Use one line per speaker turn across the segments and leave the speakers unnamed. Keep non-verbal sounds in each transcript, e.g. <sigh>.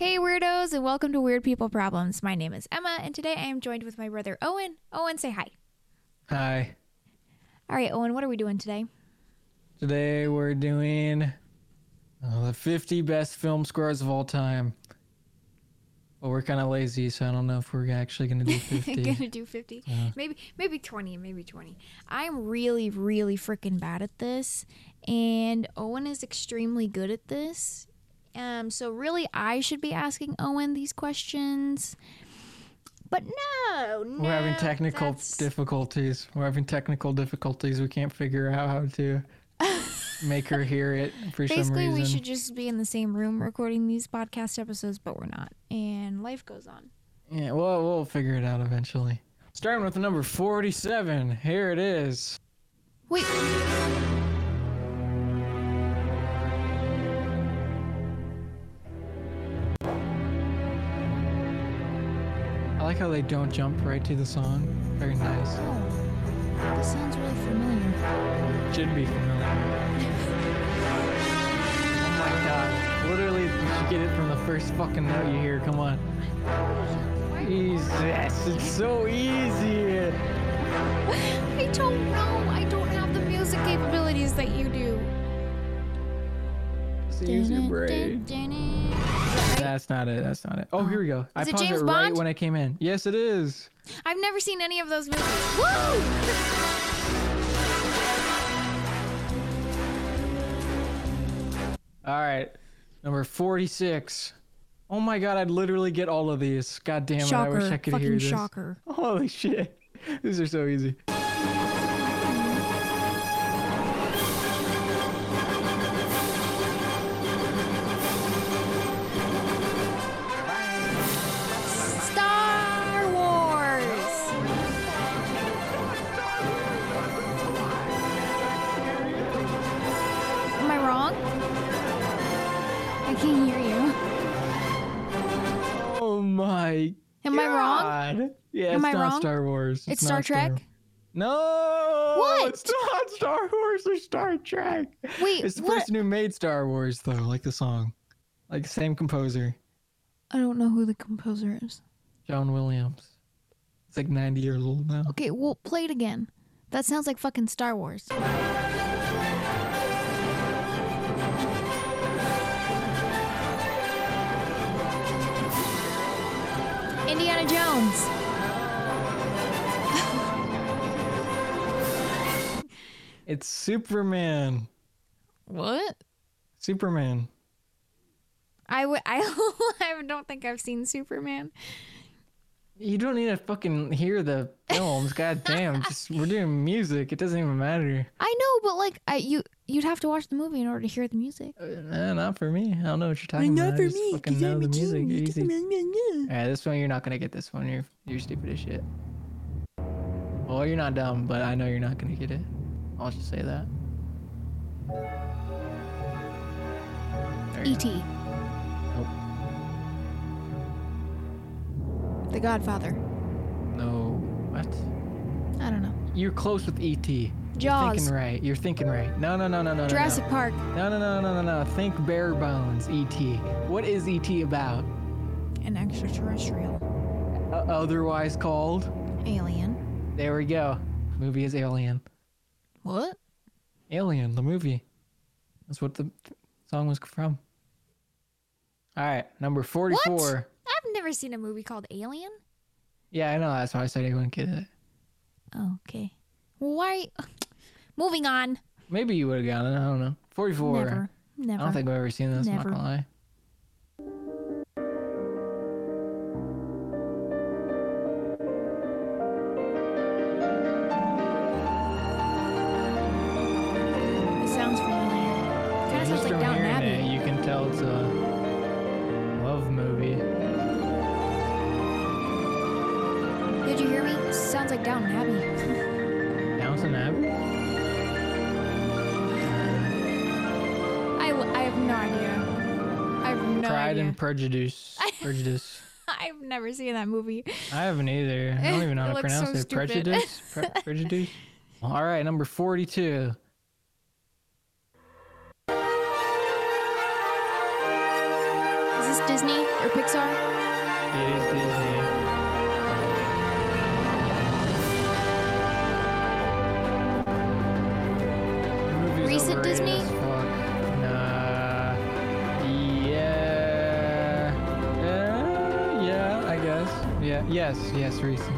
weirdos, and welcome to Weird People Problems. My name is Emma, and today I am joined with my brother Owen. Owen, say hi.
Hi.
All right, Owen, what are we doing today? <laughs>
Today we're doing uh, the 50 best film scores of all time. But we're kind of lazy, so I don't know if we're actually going
<laughs>
to do 50.
Gonna do 50. Maybe maybe 20, maybe 20. I'm really really freaking bad at this, and Owen is extremely good at this. Um so really I should be asking Owen these questions. But no, no.
we're having technical
that's-
difficulties. We're having technical difficulties. We can't figure out how
<laughs>
to make her hear it for some
Basically,
reason.
we should just be in the same room recording these podcast episodes, but we're not. And life goes on.
Yeah, well, we'll figure it out eventually. Starting with number 47. Here it is.
Wait.
I like how they don't jump right to the song. Very nice.
Oh, this sounds really familiar.
Should be familiar. oh my god. Literally, you should get it from the first fucking note you hear. Come on. Jesus, it's so easy.
I don't know. I don't have the music capabilities that you do.
Just use your brain. That's not it. That's not it. Oh, here we go. I
Is it
paused
James
it right
Bond?
when I came in. Yes, it is.
I've never seen any of those movies. Woo!
All right. Number 46. Oh my god, I'd literally get all of these. God damn it. I wish I
Shocker.
could hear
Fucking
this.
shocker.
Holy shit. <laughs> These are so easy.
Star Wars! Am I wrong? I can't hear you.
Oh my
Am I wrong?
God. Yeah,
Am
it's
I
not
wrong?
Star Wars.
It's Star
not
Trek?
No.
What?
It's not Star Wars or Star Trek.
Wait,
It's the
what?
person who made Star Wars, though, like the song. Like the same composer,
I don't know who the composer is.
John Williams. It's like 90 years old now.
Okay, well, play it again. That sounds like fucking Star Wars. Indiana Jones.
It's Superman.
What?
Superman.
I would. I. <laughs> I don't think I've seen Superman.
You don't need to fucking hear the films.
<laughs>
God damn. Just, we're doing music. It doesn't even matter.
I know, but like, I you you'd have to watch the movie in order to hear the music.
Uh, nah, not for me. I don't know what you're talking about. I just fucking know the music. Easy. Yeah, this one you're not gonna get. This one you're you're stupid as shit. Well, you're not dumb, but I know you're not gonna get it. I'll just say that. There you go.
E.T. The Godfather.
No, what?
I don't know.
You're close with ET. You're
Jaws.
thinking right. You're thinking right. No, no, no, no, no, no,
Jurassic
no.
Park.
No, no, no, no, no, no. Think bare bones, ET. What is ET about?
An extraterrestrial.
O- otherwise called.
Alien.
There we go. Movie is Alien.
What?
Alien, the movie. That's what the th- song was from. All right, number 44.
I've never seen a movie called Alien.
Yeah, I know. That's why I said I wouldn't get it.
Oh, okay. Well, why? Moving on.
Maybe you would have gotten it. I don't know. 44.
Never. Never.
I don't think I've ever seen this. I'm not
Never.
going to lie.
it sounds familiar. Kind of sounds
Just
like
from
Downton
hearing
Abbey.
it, you can tell it's a love movie.
Did you hear me? Sounds like Downton Abbey.
Downton Abbey?
I, w- I have no idea. I have no
Pride
idea.
and Prejudice. Prejudice.
<laughs> I've never seen that movie.
I haven't either. I don't even know
It
how to
looks so
pronounce it.
stupid.
Prejudice? Pre-
<laughs>
prejudice? All right, number 42.
Is this Disney or Pixar?
It is Disney. The movie's
Recent
overrated
Disney?
as fuck. Nah. Yeah. Uh, yeah, I guess. Yeah. Yes. Yes. Recent.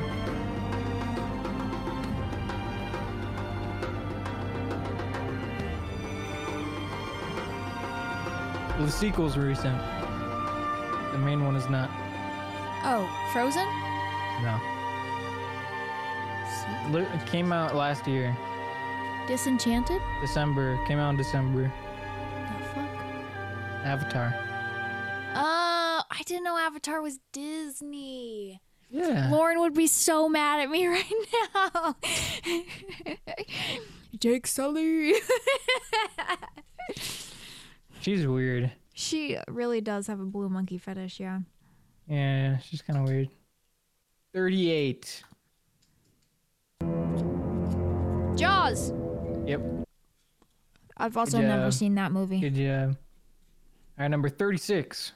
Well, the sequel's recent. The main one is not.
Oh, Frozen?
No. Lu- It came out last year.
Disenchanted?
December. Came out in December.
The fuck?
Avatar.
Oh, I didn't know Avatar was Disney.
Yeah.
Lauren would be so mad at me <laughs> right now. <laughs> Jake Sully. <laughs>
She's weird.
she really does have a blue monkey fetish, yeah.
Yeah, she's kind of weird. 38.
Jaws.
Yep.
I've also
Yeah.
never seen that movie.
Good job. All right, number 36.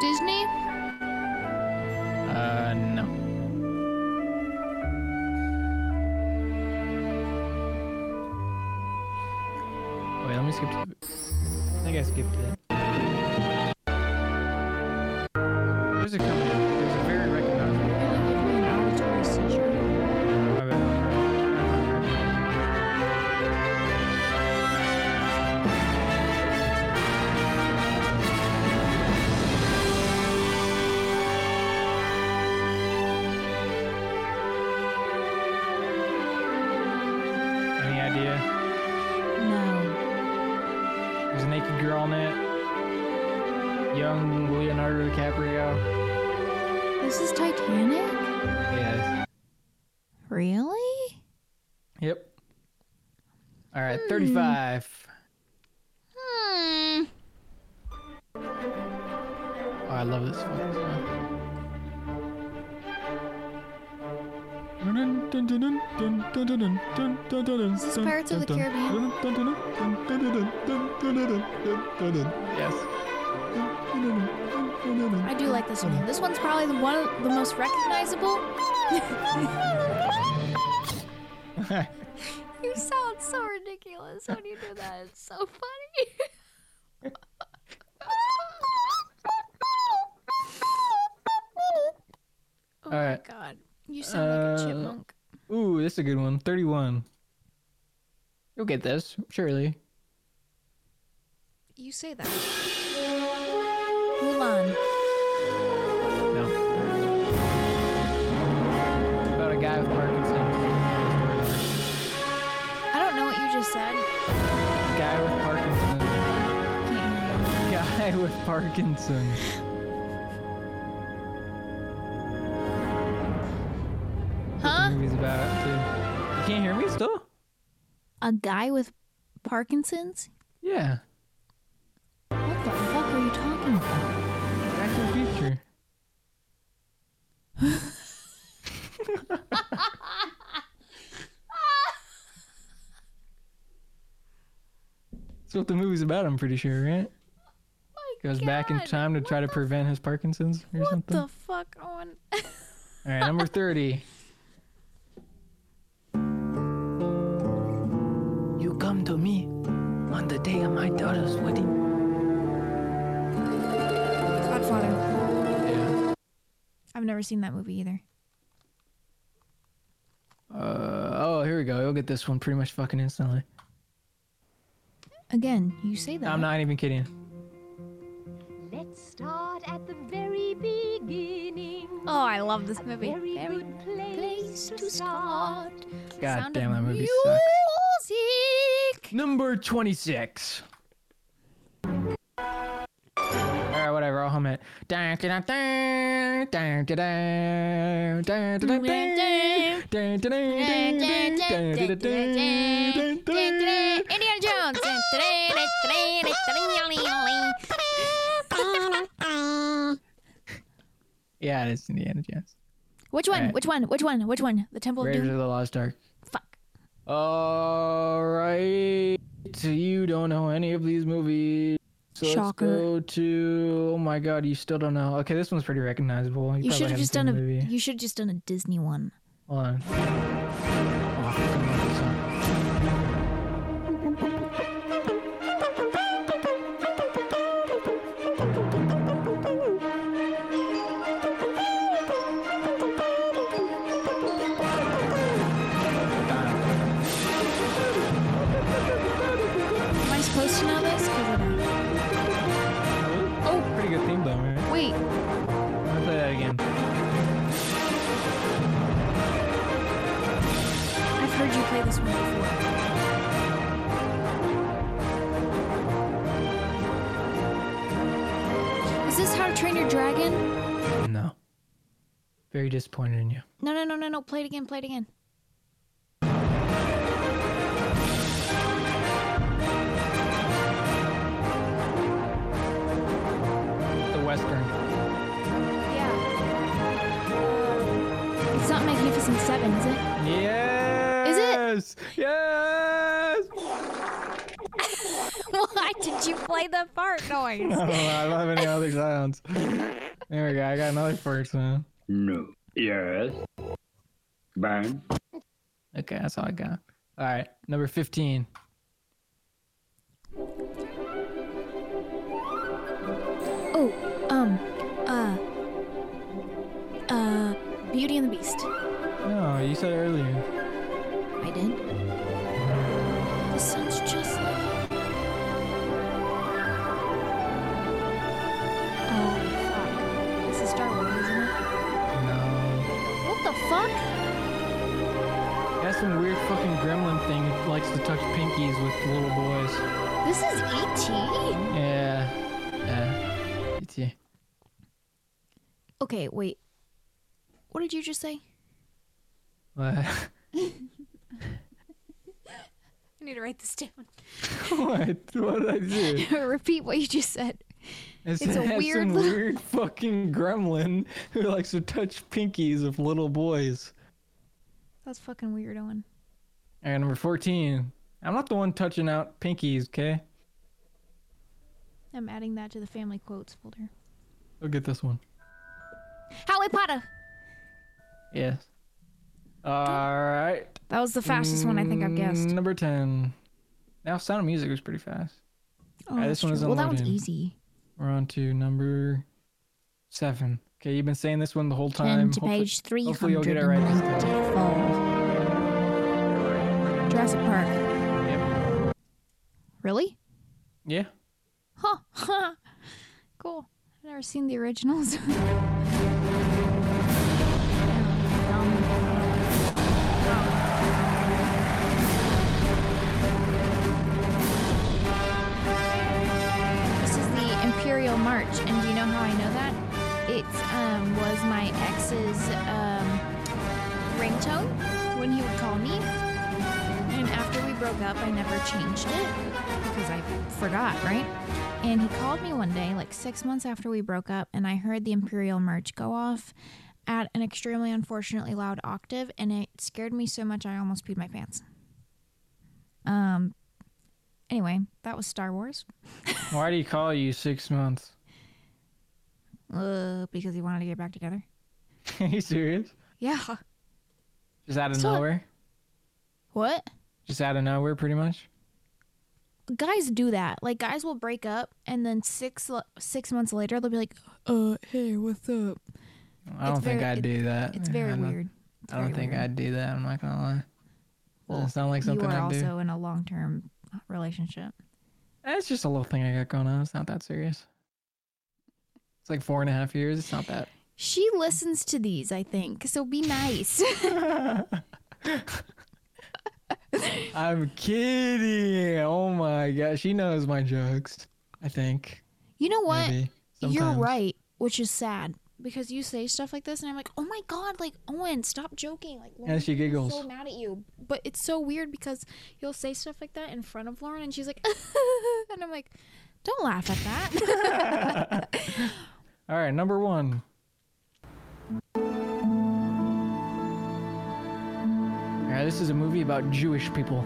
Disney?
Uh, no. Wait, let me skip to. I think I skipped it. There's a company. There's a very recognizable. My bad. Any idea?
No.
There's a naked girl in it. Young Leonardo DiCaprio.
This is Titanic?
Yes.
Really?
Yep. All right, 35.
Hmm.
Oh, I love this fucking song.
Is this Pirates of the Caribbean?
Yes.
I do like this one. This one's probably the one of the most recognizable. <laughs> you sound so ridiculous when you do that. It's so funny. oh my
Alright.
god. You sound like
Uh,
a chipmunk.
<laughs> Ooh, this is a good one. 31. You'll get this, surely.
You say that. Mulan.
No. About a guy with Parkinson's.
I don't know what you just said.
Guy with Parkinson's.
Can't hear you.
<laughs> Guy with Parkinson's.
Huh?
The movie's about too. You can't hear me still?
A guy with Parkinson's?
Yeah.
What the fuck are you talking about?
Back to the future. That's what the movie's about, I'm pretty sure, right?
My
Goes back in
God,
time to
what
try to
the-
prevent his Parkinson's or
What
something.
the fuck on?
All right, number 30. You come to me on the day of my daughter's wedding.
Godfather.
Yeah.
I've never seen that movie either.
Uh, oh, here we go. You'll get this one pretty much fucking instantly.
Again, you say that.
I'm not even kidding.
Let's start at the very beginning.
Oh, I love this movie.
Very
Very
good place
place
to start.
God
Sound
damn,
of
that movie sucks.
music.
Number 26. Alright, whatever, I'll hum it.
Indiana Jones.
Yeah, it is Indiana Jones.
Which one?
Alright.
Which one? Which one? Which one? The Temple of
Raiders
Doom.
of the Lost Ark.
Fuck.
All right. You don't know any of these movies. So
Shocker.
Let's go to. Oh my god, you still don't know. Okay, this one's pretty recognizable.
You
probably
should have
haven't
just
seen
done a.
the movie.
You should have just done a Disney one.
Hold on. Oh, I fucking love this song.
Am I supposed to know this? 'Cause I don't.
Oh, pretty good theme though, man.
Wait.
I'll play that again.
I've heard you play this one before. Is this How to Train Your Dragon?
No. Very disappointed in you.
No, no, no, no, no. Play it again. Play it again.
The Western.
Yeah. Uh, It's not Magnificent Seven, is it?
Yes. Is it? Yes.
<laughs>
<laughs>
Why did you play the fart noise?
I don't, know, I don't have
<laughs>
any other sounds. There we go. I got another first one.
No. Yes. Bang.
Okay, that's all I got. All right, number fifteen.
Oh, um, uh, uh, Beauty and the Beast.
No, you said earlier.
I did. This sounds just like. Oh, fuck. This is Star Wars, isn't it?
No.
What the fuck?
That's some weird fucking gremlin thing that likes to touch pinkies with little boys.
This is E E.T.?
Yeah. Yeah. E.T.
Okay, wait. What did you just say?
What? <laughs>
I need to write this down.
what? What did I do?
<laughs> Repeat what you just said.
It's,
It's a
has
weird
some
little-
weird fucking gremlin who likes to touch pinkies of little boys.
That's fucking weird, Owen.
And number 14. I'm not the one touching out pinkies, okay?
I'm adding that to the family quotes folder.
Look at this one.
Howie Potter!
Yes. Alright.
That was the fastest one I think I've guessed.
Mm, Number 10. Now, Sound of Music was pretty fast.
Oh,
Alright,
that's
this one is
true. Well, that one's
unloading.
easy.
We're on to number 7. Okay, you've been saying this one the whole
Turn
time.
to
Um, Hopefully-
page
hopefully you'll get it right this time.
394. Jurassic Park.
Yep.
Really?
Yeah.
Huh. Huh. <laughs> cool. I've never seen the originals. <laughs> This is the Imperial March, and do you know how I know that? It um, was my ex's um, ringtone when he would call me. And after we broke up, I never changed it because I forgot, right? And he called me one day, like six months after we broke up, and I heard the Imperial March go off at an extremely unfortunately loud octave, and it scared me so much I almost peed my pants. Um. Anyway, that was Star Wars.
Why do you call you six months? <laughs>
Uh, because he wanted to get back together.
Are you serious?
Yeah.
Just out of
So-
nowhere?
What?
Just out of nowhere, pretty much?
Guys do that. Like guys will break up, and then six six months later they'll be like, "Uh, hey, what's up?"
I don't
It's
think
very-
I'd
it-
do that.
It's very
I don't-
weird. It's
I don't
very
think
weird.
I'd do that. I'm not gonna lie.
Well,
Doesn't sound like
you
something
are
I'd do.
also in a long term relationship.
That's just a little thing I got going on. It's not that serious. It's like four and a half years. It's not that.
She listens to these, I think. So be nice. <laughs>
<laughs> I'm kidding. Oh my god, she knows my jokes. I think.
you know what?
Maybe.
You're
Sometimes.
right, which is sad because you say stuff like this, and I'm like, oh my god, like Owen, stop joking. Like, Lauren
And she giggles.
so mad at you. But it's so weird because you'll say stuff like that in front of Lauren, and she's like, <laughs> and I'm like, don't laugh at that.
<laughs> All right, number one. this is a movie about Jewish people.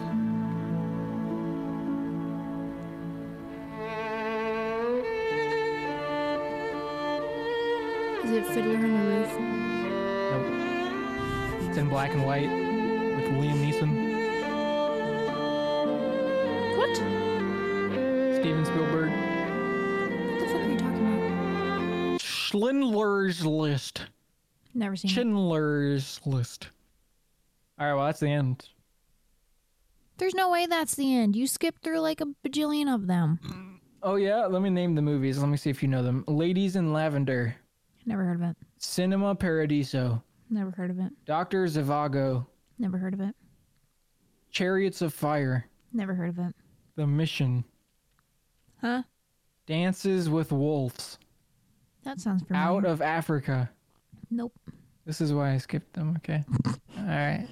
Is it Fiddler on the Roof?
Nope. It's in black and white with Liam Neeson,
What?
Steven Spielberg.
What the fuck are you talking about?
Schindler's List.
Never seen it.
Schindler's List. All right, well that's the end.
There's no way that's the end. You skipped through like a bajillion of them.
Oh yeah, let me name the movies. Let me see if you know them. Ladies in Lavender,
Never heard of it.
Cinema Paradiso,
Never heard of it.
Doctor Zhivago,
Never heard of it.
Chariots of Fire,
Never heard of it.
The Mission,
Huh?
Dances with Wolves,
That sounds familiar.
Out of Africa.
nope.
This is why I skipped them. Okay. All right.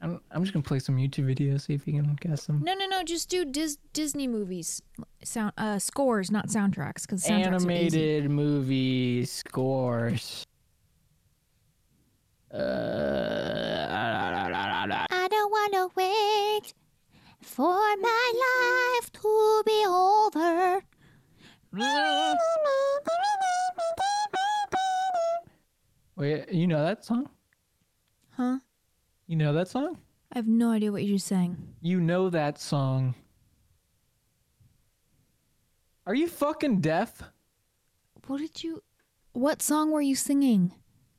I'm I'm just gonna play some YouTube videos. See if you can guess them.
No, no, no. Just do Dis- Disney movies, sound uh, scores, not soundtracks, because soundtracks Are easy.
Animated movie scores. Uh,
I don't want to wait for my life to be over.
wait, you know that song?
Huh?
You know that song?
I have no idea what you just sang.
You know that song? Are you fucking deaf?
What did you? What song were you singing?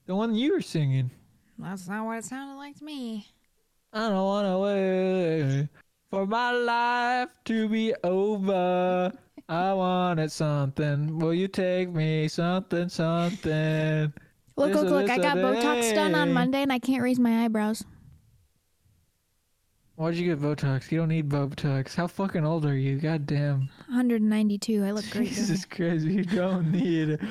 The one you were singing.
That's not what it sounded like to me.
I don't wanna wait for my life to be over. I wanted something. Will you take me something, something?
Look,
Listen,
look, look! I got
listen,
Botox done
hey.
on Monday, and I can't raise my eyebrows.
Why'd you get Botox? You don't need Botox. How fucking old are you? God damn.
192. I look
<laughs>
great.
Jesus Christ, you don't need it.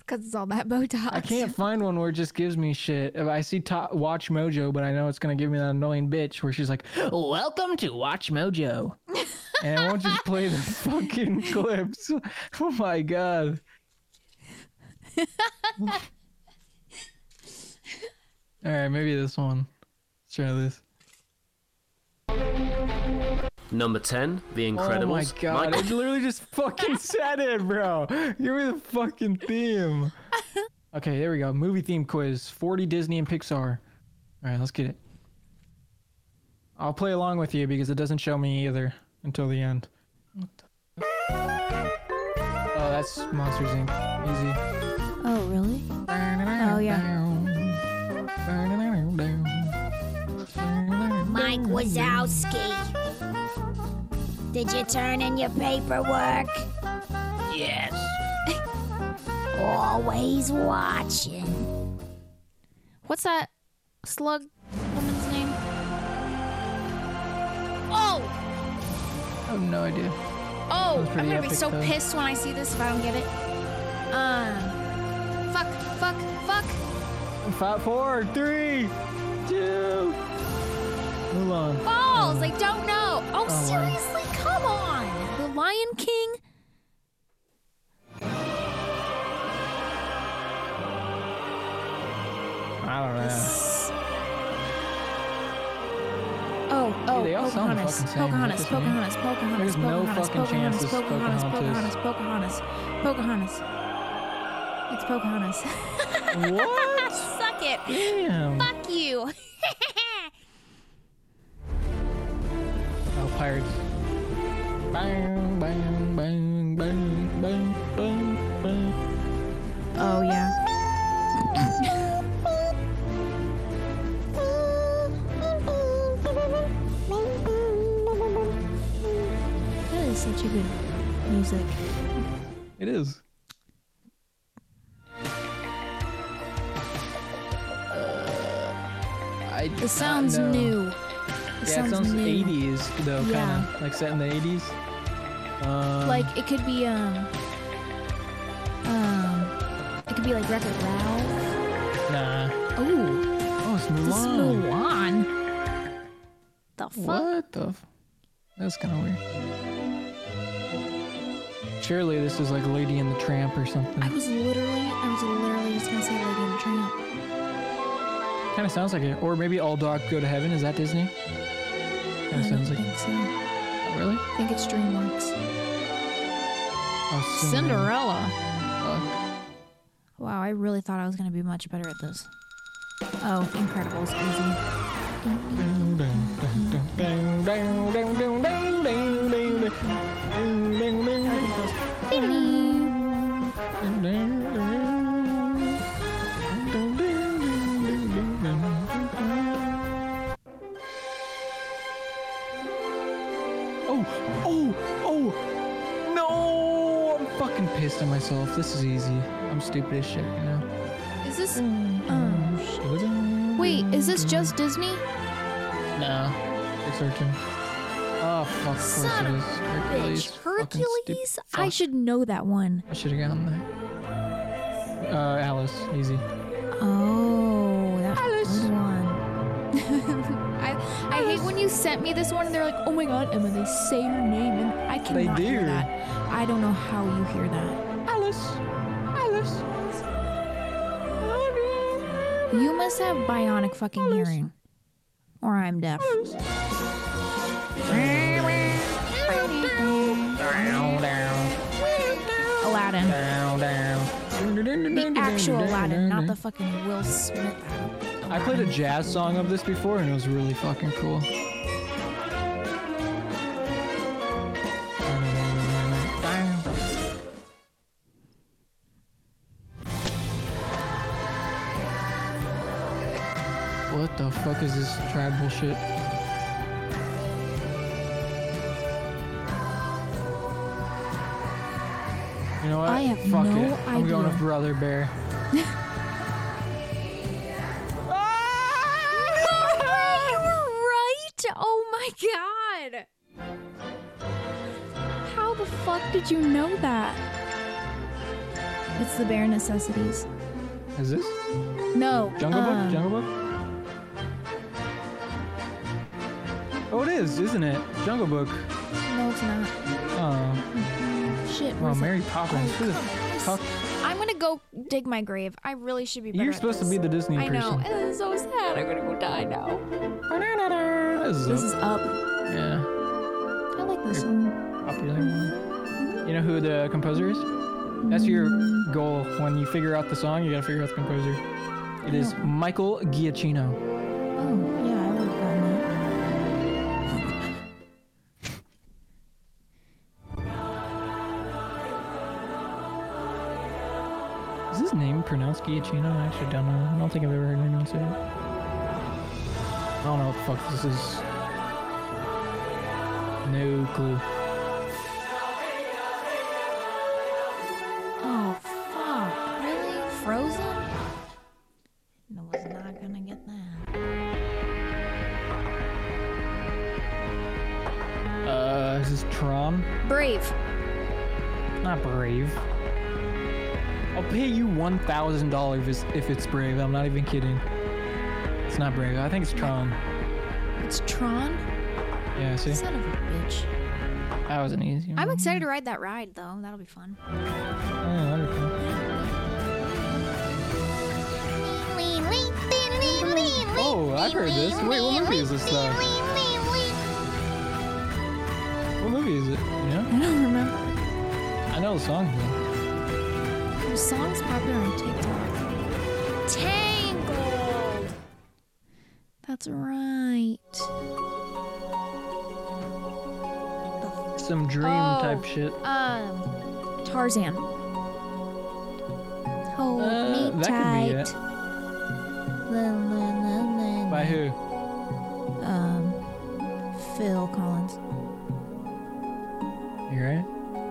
Because it's all that Botox.
I can't find one where it just gives me shit. I see to- Watch Mojo, but I know it's gonna give me that annoying bitch where she's like, "Welcome to Watch Mojo," and I won't just play the fucking clips. <laughs> Oh my god. All right, maybe this one. Let's try this.
Number 10, The Incredibles.
Oh my god!
Michael-
It literally just <laughs> fucking said it, bro. Give me the fucking theme. Okay, there we go. Movie theme quiz: forty Disney and Pixar. All right, let's get it. I'll play along with you because it doesn't show me either until the end. What the f- Oh, that's Monsters Inc. Easy.
Oh, really?
Oh
Mike Wazowski. Did you turn in your paperwork? Yes. Always watching.
What's that slug woman's name? Oh!
I have no idea.
Oh!
was
I'm
pretty
gonna be
epic,
so
though.
pissed when I see this if I don't get it. Um. Fuck, fuck, fuck.
Five, four, three, two. Hold on.
Balls! I don't know! Oh,
wow.
seriously? Come on! The Lion King?
I don't know.
Oh, oh,
they all sound
Pocahontas,
fucking same,
Pocahontas,
that's what I mean.
Pocahontas, Pocahontas,
There's no
Pocahontas,
fucking chance this is
Pocahontas, Pocahontas, Pocahontas, Pocahontas, Pocahontas. It's Pocahontas.
<laughs> What?
Suck it!
Damn.
Fuck you!
Oh, pirates. Bang, bang, bang, bang, bang, bang, bang.
oh, yeah. That is such a good music.
It is. Uh, I do
It sounds
not know.
new. It
Yeah, it sounds
new.
80s though,
Yeah.
kind of like set in the 80s. Um,
Like it could be um um it could be like Wreck-It Ralph.
nah.
Ooh,
Oh, it's
this is
Mulan.
Mulan. The fuck?
What the? F- That's kind of weird. Surely this is like Lady and the Tramp or something.
I was literally, I was literally just gonna say Lady and the Tramp.
Kind of sounds like it. Or maybe All Dogs Go to Heaven. Is that Disney? Kind of sounds like
I think so.
Really?
I think it's DreamWorks.
Oh,
Cinderella.
Fuck.
Wow, I really thought I was gonna be much better at this. Oh, Incredibles, easy. Mm.
Oh, Oh, oh, oh! No! I'm fucking pissed at myself. This is easy. I'm stupid as shit right now.
Is this? Oh, shit. Wait, is this just Disney?
Nah. It's our turn. Oh, fuck. Of course
Son
it
of
is. Hercules.
Bitch,
Fucking stupid
Hercules. I
fuck.
should know that one.
I should have gotten that. Uh, Alice. Easy.
Oh, that one. <laughs> I, I hate when you sent me this one and they're like, oh my god, Emma, they say your name and I cannot hear
do.
that. I don't know how you hear that.
Alice. Alice.
You must have bionic fucking hearing. Or I'm deaf.
Down, down,
Aladdin.
down, down.
The actual Aladdin, not the fucking Will Smith.
I played a jazz song of this before and it was really fucking cool. What the fuck is this tribal shit? You know what?
I have
fuck
no
it. I'm going
idea.
with Brother Bear.
you were right. Oh my god. How the fuck did you know that? It's the bare necessities.
Is this
No.
Jungle
um,
Book? Jungle Book? Oh, it is, isn't it? Jungle Book.
No, it's not.
Oh,
Shit.
well,
where's it?
Mary Poppins. Who the fuck?
I'm gonna go dig my grave. I really should be. Better
You're
at
supposed to
this.
be the Disney
I know.
person.
It's so sad. I'm gonna go die now.
This is,
This
a-
is up.
yeah,
I like this one.
popular one. You know who the composer is? That's your goal. When you figure out the song, you gotta figure out the composer. It is Michael Giacchino.
Oh yeah, I would have gotten that.
Is his name pronounced Giacchino? I actually don't know. I don't think I've ever heard anyone say it. I don't know what the fuck this is. No clue.
Oh fuck! Really? Frozen? I was not gonna get that.
Uh, is this Tron?
Brave.
Not Brave. I'll pay you one thousand dollars if it's Brave. I'm not even kidding. It's not Brave. I think it's Tron.
It's Tron.
Yeah, see,
Son of a bitch.
that was an easy one.
I'm excited to ride that ride though. That'll be fun. <laughs>
Yeah, that'd be cool. Oh, I've heard this. Wait, what movie is this though? What movie is it? You know?
I don't remember.
I know the song. though.
The song's popular on TikTok. Tangled. That's right.
Some dream
Oh.
type shit.
Um, Tarzan.
Hold
Uh,
me
that could be
tight.
it.
La, la, la, la,
By who?
Um, Phil Collins.
You right?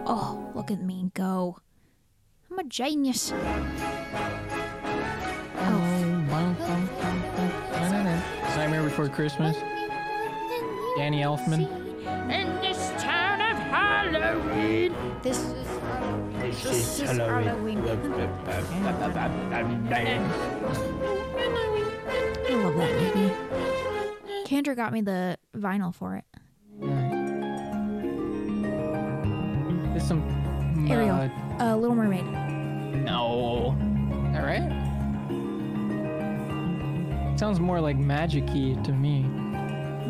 Oh, look at me go. I'm a genius.
Nightmare Before Christmas. Danny Elfman.
In this town of Halloween.
This is
This
This is Halloween. I love that movie. Kendra got me the vinyl for it.
There's some.
Ariel.
Uh,
Uh, Little Mermaid.
no. All right. sounds more like magic-y to me.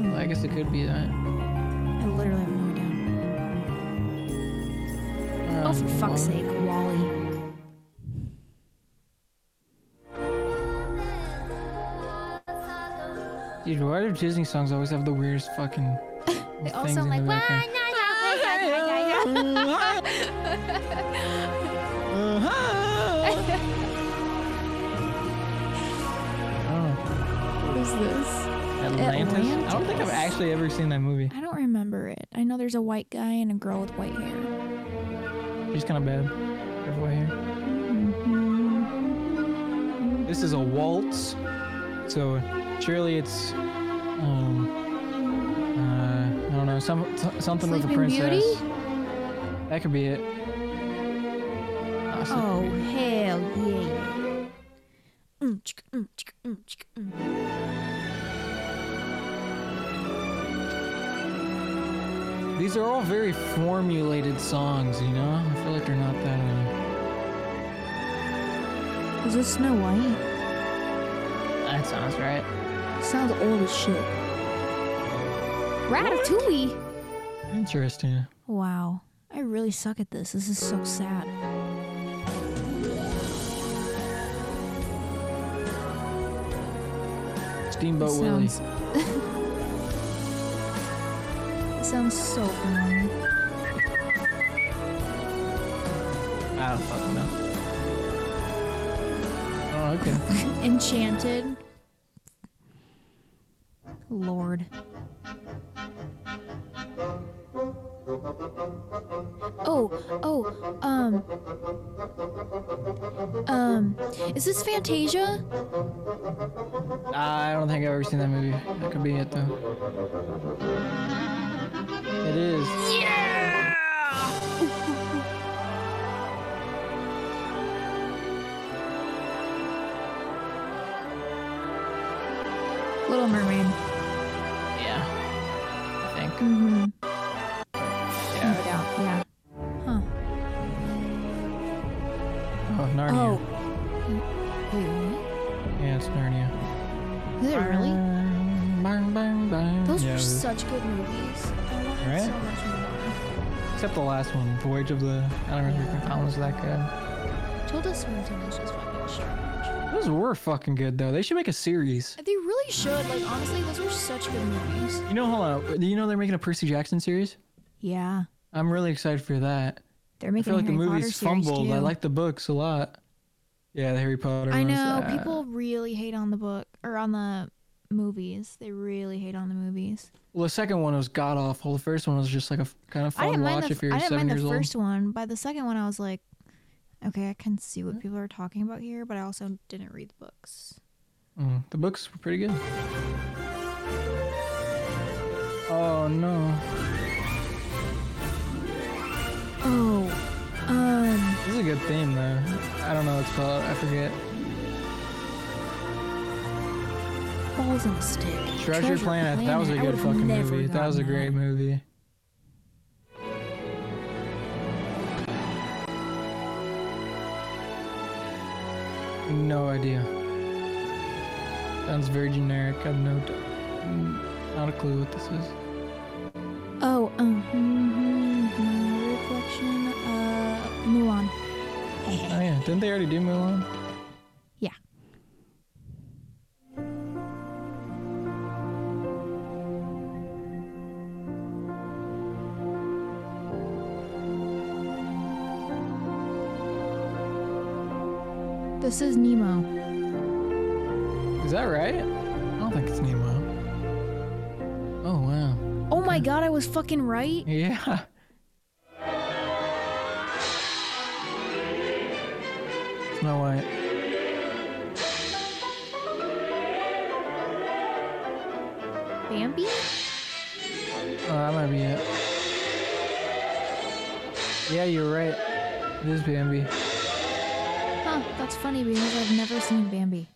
Well, I guess it could be that.
I literally have no idea. Oh, for
Um,
fuck's sake, <laughs> Wally.
Dude, why do Disney songs always have the weirdest fucking
<laughs> They all
things
sound like
in the background? Uh-huh.
Uh-huh.
Oh,
What is this?
Atlantis? I don't think I've
Atlantis.
actually ever seen that movie.
I don't remember it. I know there's a white guy and a girl with white hair.
She's kind of bad. Careful here.
Mm-hmm.
This is a waltz, so surely it's um uh, I don't know some t- something with a
Sleeping
princess.
Beauty?
That could be it. Ah, Sleeping
Oh
Beauty.
hell yeah! Mm, chicka, mm, chicka, mm, chicka, mm.
These are all very formulated songs, you know. I feel like they're not that. Uh,
Is this Snow White?
that sounds right.
Sounds old as shit. Ratatouille.
Interesting.
Wow, I really suck at this. This is so sad.
Steamboat
It
Willie.
sounds. it sounds so familiar.
I don't fucking know. Oh, okay.
Enchanted. Lord. Oh, oh, um, um, is this Fantasia?
I don't think I've ever seen that movie. That could be it though. It is.
Little Mermaid.
Yeah. I think.
Mm-hmm.
Yeah.
Yeah. Huh.
Oh, Narnia.
Oh. Wait, what?
Yeah, it's Narnia.
Is it really?
Bang, bang, bang.
Those
Yeah,
were
it is.
such good movies. I wanted
Right?
so much more.
Except the last one, Voyage of the. I don't remember if that one was that good.
Tilda Swinton is just fucking strange.
Those were fucking good though. They should make a series.
They really should. Like, honestly, those were such good movies.
You know, hold on. You know they're making a Percy Jackson series.
Yeah.
I'm really excited for that.
They're
I
making
feel like the
Harry Potter
movies
series,
fumbled.
too.
I like the books a lot. Yeah, the Harry Potter.
I
ones,
know
uh,
people really hate on the book or on the movies. They really hate on the movies.
Well, the second one was god awful. The first one was just like a f- kind of
I
fun
didn't mind
watch
the
if you're
I didn't
seven
mind the
years old.
first one. By the second one, I was like, okay, I can see what people are talking about here, but I also didn't read the books.
Mm, the books were pretty good. Oh no!
Oh, um,
This is a good theme though. I don't know what it's called. I forget.
balls on a stick.
Treasure, Planet. That was a
I
good
would've
fucking
never
movie. That was a
gotten
great movie. No idea. Sounds very generic. I've no, not a clue what this is.
Oh, um, mhm, my reflection. Uh, Mulan.
Oh yeah, didn't they already do Mulan?
Yeah. This is Nemo.
Is that right? I don't think it's Nemo. Oh wow.
Oh my god, I was fucking right.
Yeah. <laughs> Snow White.
Bambi?
Oh, that might be it. Yeah, you're right. It is Bambi.
Huh, that's funny because I've never seen Bambi.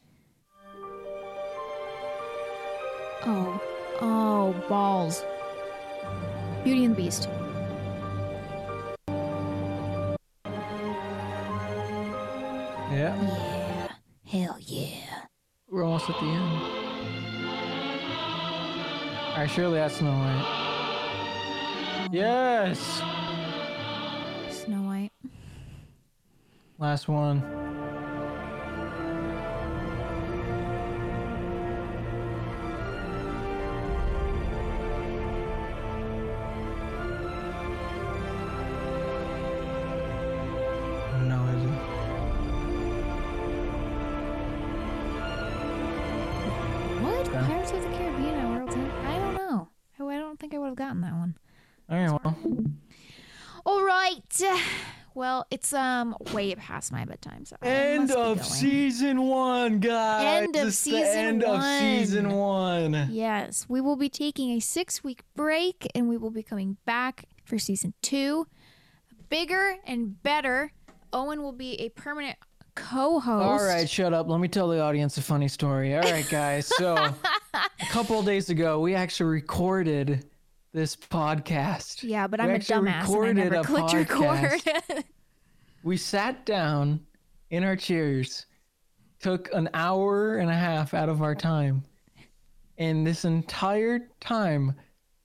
Oh, oh, balls. Beauty and the Beast.
Yeah.
Hell yeah.
We're almost at the end. Alright, surely that's Snow White. Yes!
Snow White.
Last one. No idea.
What?
Yeah.
Pirates of the Caribbean at World's End? I don't know. I, I don't think I would have gotten that one.
Alright, well.
All right. <sighs> Well, it's um way past my bedtime, so I
End
must be
of
going.
season one, guys.
End of
It's the
season
end of
one.
season one.
Yes, we will be taking a six week break and we will be coming back for season two. Bigger and better. Owen will be a permanent co host.
All right, shut up. Let me tell the audience a funny story. All right, guys. So,
<laughs>
a couple of days ago, we actually recorded this podcast.
Yeah, but
We
I'm a
actually
dumbass and I
recorded
never
a
clicked
podcast.
<laughs> record.
We sat down in our chairs, took an hour and a half out of our time. And this entire time,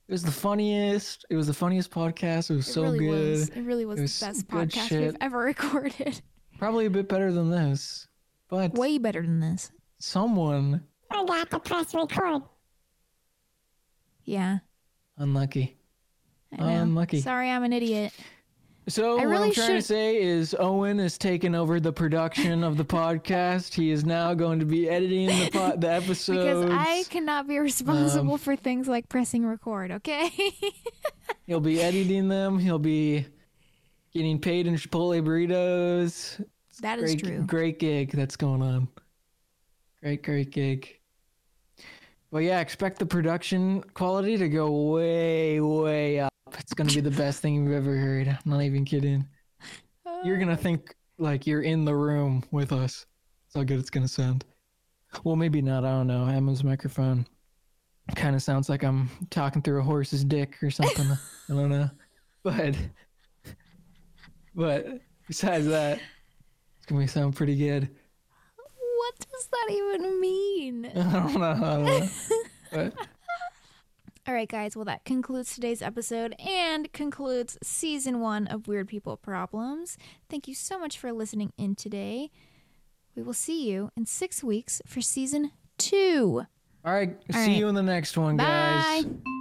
it was the funniest. It was the funniest podcast. It was so
it really
good.
was. It really was,
It was
the best
good
podcast
shit.
we've ever recorded. <laughs>
Probably a bit better than this, but
Way better than this.
someone
I got to press record.
Yeah.
unlucky.
I know.
Unlucky.
Sorry, I'm an idiot.
So
I
what
really
I'm trying to
should-
say is Owen is taking over the production of the podcast. He is now going to be editing the po- the episodes.
<laughs> Because I cannot be <laughs>
um,
responsible for things like pressing record, okay? <laughs>
He'll be editing them. He'll be getting paid in Chipotle burritos.
that is
Great,
true.
great gig that's going on. Great, great gig. But yeah, expect the production quality to go way, way up. It's gonna be the best thing you've ever heard. I'm not even kidding. You're gonna think like you're in the room with us. That's how good it's gonna sound. Well, maybe not. I don't know. Emma's microphone kind of sounds like I'm talking through a horse's dick or
<laughs>
something. I don't know. But, but besides that, it's gonna be sound pretty good. <laughs>
What does that even mean?
I don't know. I don't know. But
All right, guys. Well, that concludes today's episode and concludes season one of Weird People Problems. Thank you so much for listening in today. We will see you in six weeks for season two.
all right. see
right.
you in the next one,
Bye.
guys.